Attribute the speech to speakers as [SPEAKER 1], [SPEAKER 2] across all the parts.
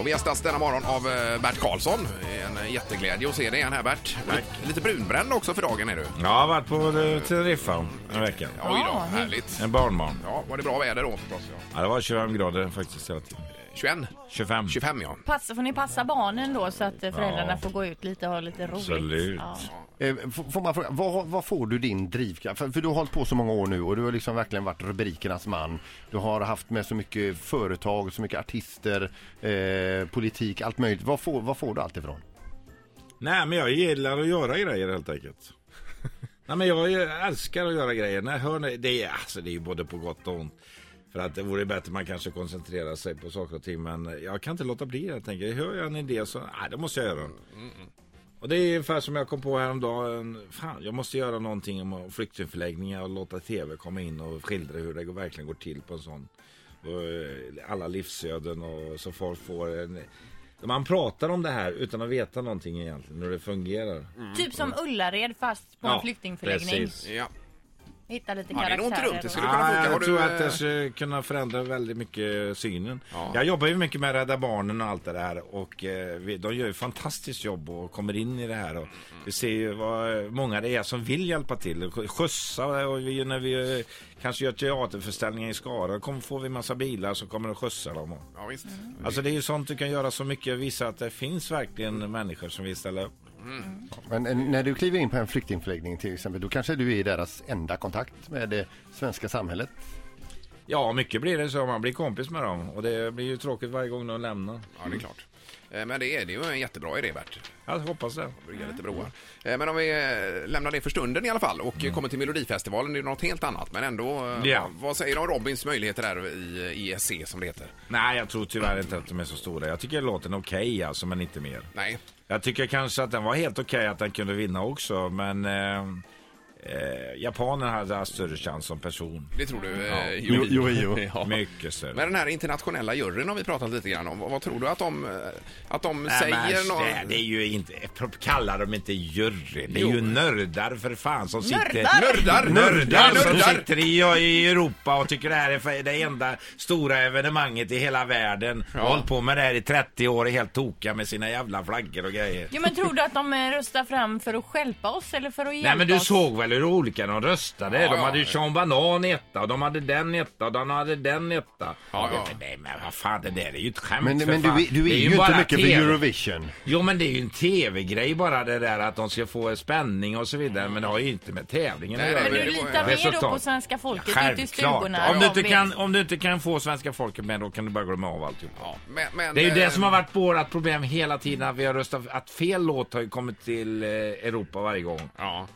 [SPEAKER 1] Och vi gästas denna morgon av eh, Bert Karlsson. En eh, jätteglädje att se dig igen här Bert. Lite, lite brunbränd också för dagen är du.
[SPEAKER 2] Jag har varit på eh, Teneriffa en vecka.
[SPEAKER 1] Oj då,
[SPEAKER 3] Ja, hur-
[SPEAKER 1] härligt.
[SPEAKER 2] En barnbarn.
[SPEAKER 1] Ja, var det bra väder då förstås? Ja.
[SPEAKER 2] Ja, det var 25 grader faktiskt hela tiden.
[SPEAKER 1] 21?
[SPEAKER 2] 25.
[SPEAKER 1] 25 ja.
[SPEAKER 3] Pass, får ni passa barnen då så att eh, föräldrarna
[SPEAKER 2] Ja.
[SPEAKER 3] får gå ut lite och ha lite roligt?
[SPEAKER 2] Absolut.
[SPEAKER 3] Ja.
[SPEAKER 4] Eh, f- Får man fråga, vad, vad får du din drivkraft? För, för du har hållit på så många år nu och du har liksom verkligen varit rubrikernas man. Du har haft med så mycket företag, så mycket artister, eh, politik, allt möjligt. Vad får, vad får du allt ifrån?
[SPEAKER 2] Nej, men jag gillar att göra grejer helt enkelt. Nej, men jag älskar att göra grejer. Nej, hör ni, det, är, alltså, det är ju både på gott och ont. För att det vore bättre man kanske koncentrerar sig på saker och ting. Men jag kan inte låta bli helt enkelt. Hör jag en idé så, nej, det måste jag göra. Och det är ungefär som jag kom på häromdagen. Fan, jag måste göra någonting om flyktingförläggningar och låta tv komma in och skildra hur det går- verkligen går till på en sån. Och, eh, alla livsöden och så folk får en... Man pratar om det här utan att veta någonting egentligen, hur det fungerar.
[SPEAKER 3] Typ som Ullared fast på en
[SPEAKER 2] Ja,
[SPEAKER 3] flyktingförläggning.
[SPEAKER 2] precis.
[SPEAKER 1] ja.
[SPEAKER 3] Hitta lite
[SPEAKER 1] Ja, det är
[SPEAKER 3] karaktärer.
[SPEAKER 1] nog inte dumt. Det
[SPEAKER 3] och-
[SPEAKER 1] skulle- kunna
[SPEAKER 2] Ja,
[SPEAKER 1] funka? Har
[SPEAKER 2] jag
[SPEAKER 1] du,
[SPEAKER 2] tror att
[SPEAKER 1] eh,
[SPEAKER 2] det skulle kunna förändra väldigt mycket synen.
[SPEAKER 1] Ja.
[SPEAKER 2] Jag jobbar ju mycket med Rädda Barnen och allt det där och eh, vi- de gör ju fantastiskt jobb och kommer in i det här och vi ser ju vad många det är som vill hjälpa till och skjutsa och vi, när vi eh, kanske gör teaterföreställningar i Skara kommer, får vi massa bilar som kommer och skjutsar dem. Och-
[SPEAKER 1] Ja, visst.
[SPEAKER 2] Alltså det är ju sånt du kan göra så mycket, visa att det finns verkligen människor som vill ställa upp.
[SPEAKER 4] Men eh, när du kliver in på en flyktingförläggning till exempel, då kanske du är deras enda kontakt med det svenska samhället.
[SPEAKER 2] Ja, mycket blir det så, man blir kompis med dem och det blir ju tråkigt varje gång de lämnar.
[SPEAKER 1] Ja, det är klart. Eh, Men det är, det är ju en jättebra idé Bert.
[SPEAKER 2] Jag hoppas det.
[SPEAKER 1] Bygga lite broar. Eh, Men om vi eh, lämnar det för stunden i alla fall och eh, kommer till Melodifestivalen, det är ju något helt annat. Men ändå, eh,
[SPEAKER 2] Ja.
[SPEAKER 1] vad- vad säger du om Robins möjligheter där i ESC som det heter?
[SPEAKER 2] Nej, jag tror tyvärr inte att de är så stora. Jag tycker låten är okej alltså, men inte mer.
[SPEAKER 1] Nej,
[SPEAKER 2] Jag tycker kanske att den var helt okej att den kunde vinna också, men... Eh, eh, japanen hade haft större chans som person.
[SPEAKER 1] det tror du eh,
[SPEAKER 4] Jo, jo, jo.
[SPEAKER 1] Ja.
[SPEAKER 2] Mycket större.
[SPEAKER 1] Men den här internationella juryn har vi pratat lite grann om. Vad vad tror du att de, eh, att de
[SPEAKER 2] Nej, men alltså,
[SPEAKER 1] säger? nå-
[SPEAKER 2] det- Det är ju inte... Kallar de inte jury? Det är
[SPEAKER 1] Jo.
[SPEAKER 2] ju nördar för fan som sitter...
[SPEAKER 3] Nördar?
[SPEAKER 1] Nördar!
[SPEAKER 2] Nördar
[SPEAKER 1] Ja,
[SPEAKER 2] som
[SPEAKER 1] nördar.
[SPEAKER 2] sitter i, i Europa och tycker det här är för- det enda stora evenemanget i hela världen.
[SPEAKER 1] Ja.
[SPEAKER 2] Ja. Håll på med det här i 30 år och är helt tokiga med sina jävla flaggor och grejer.
[SPEAKER 3] Jo men tror du att de eh, röstar fram för att stjälpa oss eller för att hjälpa
[SPEAKER 2] Nej men du
[SPEAKER 3] oss?
[SPEAKER 2] såg väl hur olika de röstade?
[SPEAKER 1] Ja,
[SPEAKER 2] de
[SPEAKER 1] ja.
[SPEAKER 2] hade ju Sean Banan i etta och de hade den i etta och de hade den i etta.
[SPEAKER 1] Ja, ja.
[SPEAKER 2] Nej men vad fan det där är ju ett skämt
[SPEAKER 4] Men,
[SPEAKER 2] för
[SPEAKER 4] men du,
[SPEAKER 2] fan.
[SPEAKER 4] är- du
[SPEAKER 2] Det
[SPEAKER 4] är, ju
[SPEAKER 2] bara
[SPEAKER 4] inte mycket
[SPEAKER 2] TV.
[SPEAKER 4] för Eurovision.
[SPEAKER 2] Jo men det är ju en tv-grej bara det där att de ska få en spänning och så vidare men det har ju inte med tävlingen
[SPEAKER 1] Nej,
[SPEAKER 2] att
[SPEAKER 3] Men
[SPEAKER 2] göra.
[SPEAKER 3] du
[SPEAKER 1] Det var-
[SPEAKER 3] litar mer då
[SPEAKER 2] Resultat.
[SPEAKER 3] på svenska folket ute i
[SPEAKER 2] Självklart.
[SPEAKER 3] stugorna?
[SPEAKER 2] Om du, inte
[SPEAKER 3] Robin?
[SPEAKER 2] kan, om du inte kan få svenska folket med då kan du bara glömma av alltihop.
[SPEAKER 1] Ja, men, men,
[SPEAKER 2] Det är ju
[SPEAKER 1] eh,
[SPEAKER 2] det som har varit vårt problem hela tiden att vi har röstat, att fel låt har ju kommit till eh, Europa varje gång.
[SPEAKER 1] Ja.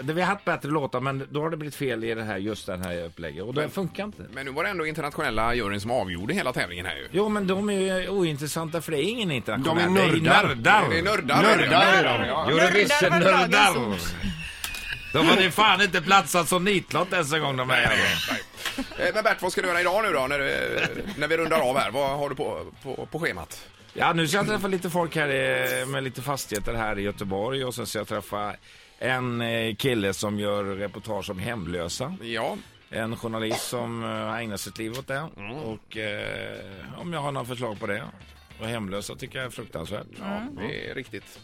[SPEAKER 2] Det- Vi har haft bättre låtar men då har det blivit fel i det här, just den här upplägget och det funkar inte.
[SPEAKER 1] Men nu var det ändå internationella juryn som avgjorde hela tävlingen här ju.
[SPEAKER 2] Jo men de är ju ointressanta för det är ingen internationell.
[SPEAKER 4] De är nördar.
[SPEAKER 1] Det är nördar.
[SPEAKER 4] Nördar är de.
[SPEAKER 1] Ja.
[SPEAKER 2] Eurovision
[SPEAKER 3] Nördar var dagens
[SPEAKER 2] nördar.
[SPEAKER 3] ord.
[SPEAKER 2] De hade ju fan inte platsat som nitlott ens en gång de här jävlarna.
[SPEAKER 1] Eh, Men Bert, vad ska du göra idag nu då när, du, eh, när vi rundar av här? Vad har du på, på, på schemat?
[SPEAKER 2] Ja, nu ska jag träffa lite folk här eh, med lite fastigheter här i Göteborg och sen ska jag träffa en eh, kille som gör reportage om hemlösa.
[SPEAKER 1] Ja,
[SPEAKER 2] En journalist som eh, har ägnat sitt liv åt det. Och eh, om jag har några förslag på det. Och hemlösa tycker jag är fruktansvärt.
[SPEAKER 1] det är riktigt.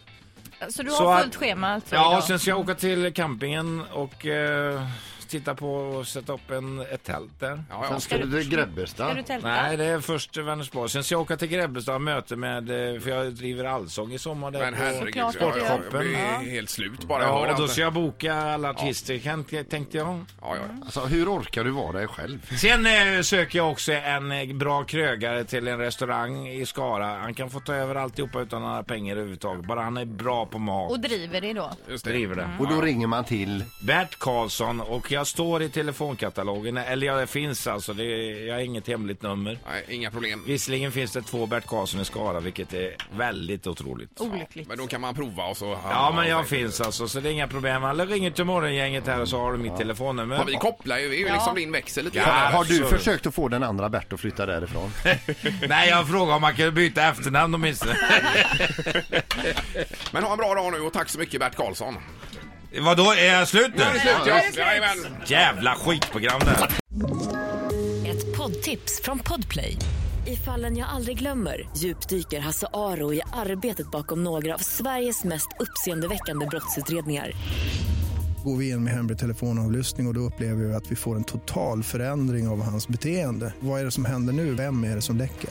[SPEAKER 3] Så du
[SPEAKER 2] Så
[SPEAKER 3] har
[SPEAKER 2] att-
[SPEAKER 3] fullt schema alltså
[SPEAKER 2] Ja,
[SPEAKER 3] idag?
[SPEAKER 2] och sen ska jag åka till campingen och eh, titta på och sätta upp en, ett tält där.
[SPEAKER 1] Ja, ja.
[SPEAKER 4] Sen ska du till Grebbestad.
[SPEAKER 3] Ska du tälta?
[SPEAKER 2] Nej, det är först Vänersborg. Sen ska jag åka till Grebbestad och möte med, eh, för jag driver allsång i sommar där
[SPEAKER 1] Men
[SPEAKER 2] på-
[SPEAKER 1] herregud,
[SPEAKER 3] Såklart
[SPEAKER 1] ja, ja, jag
[SPEAKER 2] Sportshoppen.
[SPEAKER 1] blir helt slut bara. jag hör
[SPEAKER 2] Ja, och då
[SPEAKER 1] allt.
[SPEAKER 2] ska jag boka alla artister kan- tänkte jag.
[SPEAKER 1] ja, ja.
[SPEAKER 4] Alltså, hur orkar du vara dig själv?
[SPEAKER 2] Sen eh, söker jag också en eh, bra krögare till en restaurang i Skara. Han kan få ta över alltihopa utan några pengar överhuvudtaget. Bara han är bra på mat.
[SPEAKER 3] Och driver det då?
[SPEAKER 1] Just det.
[SPEAKER 2] Driver det.
[SPEAKER 4] Och då ringer man till...
[SPEAKER 2] Bert Karlsson och jag står i telefonkatalogen. Eller jag finns alltså. Det, är- jag har inget hemligt nummer.
[SPEAKER 1] Nej, inga problem.
[SPEAKER 2] Visserligen finns det två Bert Karlsson i Skara vilket är väldigt otroligt.
[SPEAKER 3] Olyckligt.
[SPEAKER 1] Men då kan man prova och så...
[SPEAKER 2] Ja men jag finns alltså så det är inga problem. Alla ringer till morgongänget här och så har du mitt telefonnummer.
[SPEAKER 1] Ja, vi kopplar ju, vi är ju
[SPEAKER 3] Ja.
[SPEAKER 1] liksom din växel lite
[SPEAKER 2] Ja.
[SPEAKER 1] grann.
[SPEAKER 4] Har du
[SPEAKER 2] Absolut.
[SPEAKER 4] försökt att få den andra Bert att flytta därifrån?
[SPEAKER 2] Nej, jag frågar om man kan byta efternamn åtminstone.
[SPEAKER 1] Men ha en bra dag nu och tack så mycket Bert Karlsson.
[SPEAKER 2] Vadå, är jag slut nu?
[SPEAKER 1] Ja, jajamän.
[SPEAKER 2] Jävla skitprogram det här.
[SPEAKER 5] Ett poddtips från Podplay. I fallen jag aldrig glömmer djupdyker Hasse Aro i arbetet bakom några av Sveriges mest uppseendeväckande brottsutredningar.
[SPEAKER 6] Går vi in med hemlig telefonavlyssning och, och då upplever vi att vi får en total förändring av hans beteende. Vad är det som händer nu? Vem är det som läcker?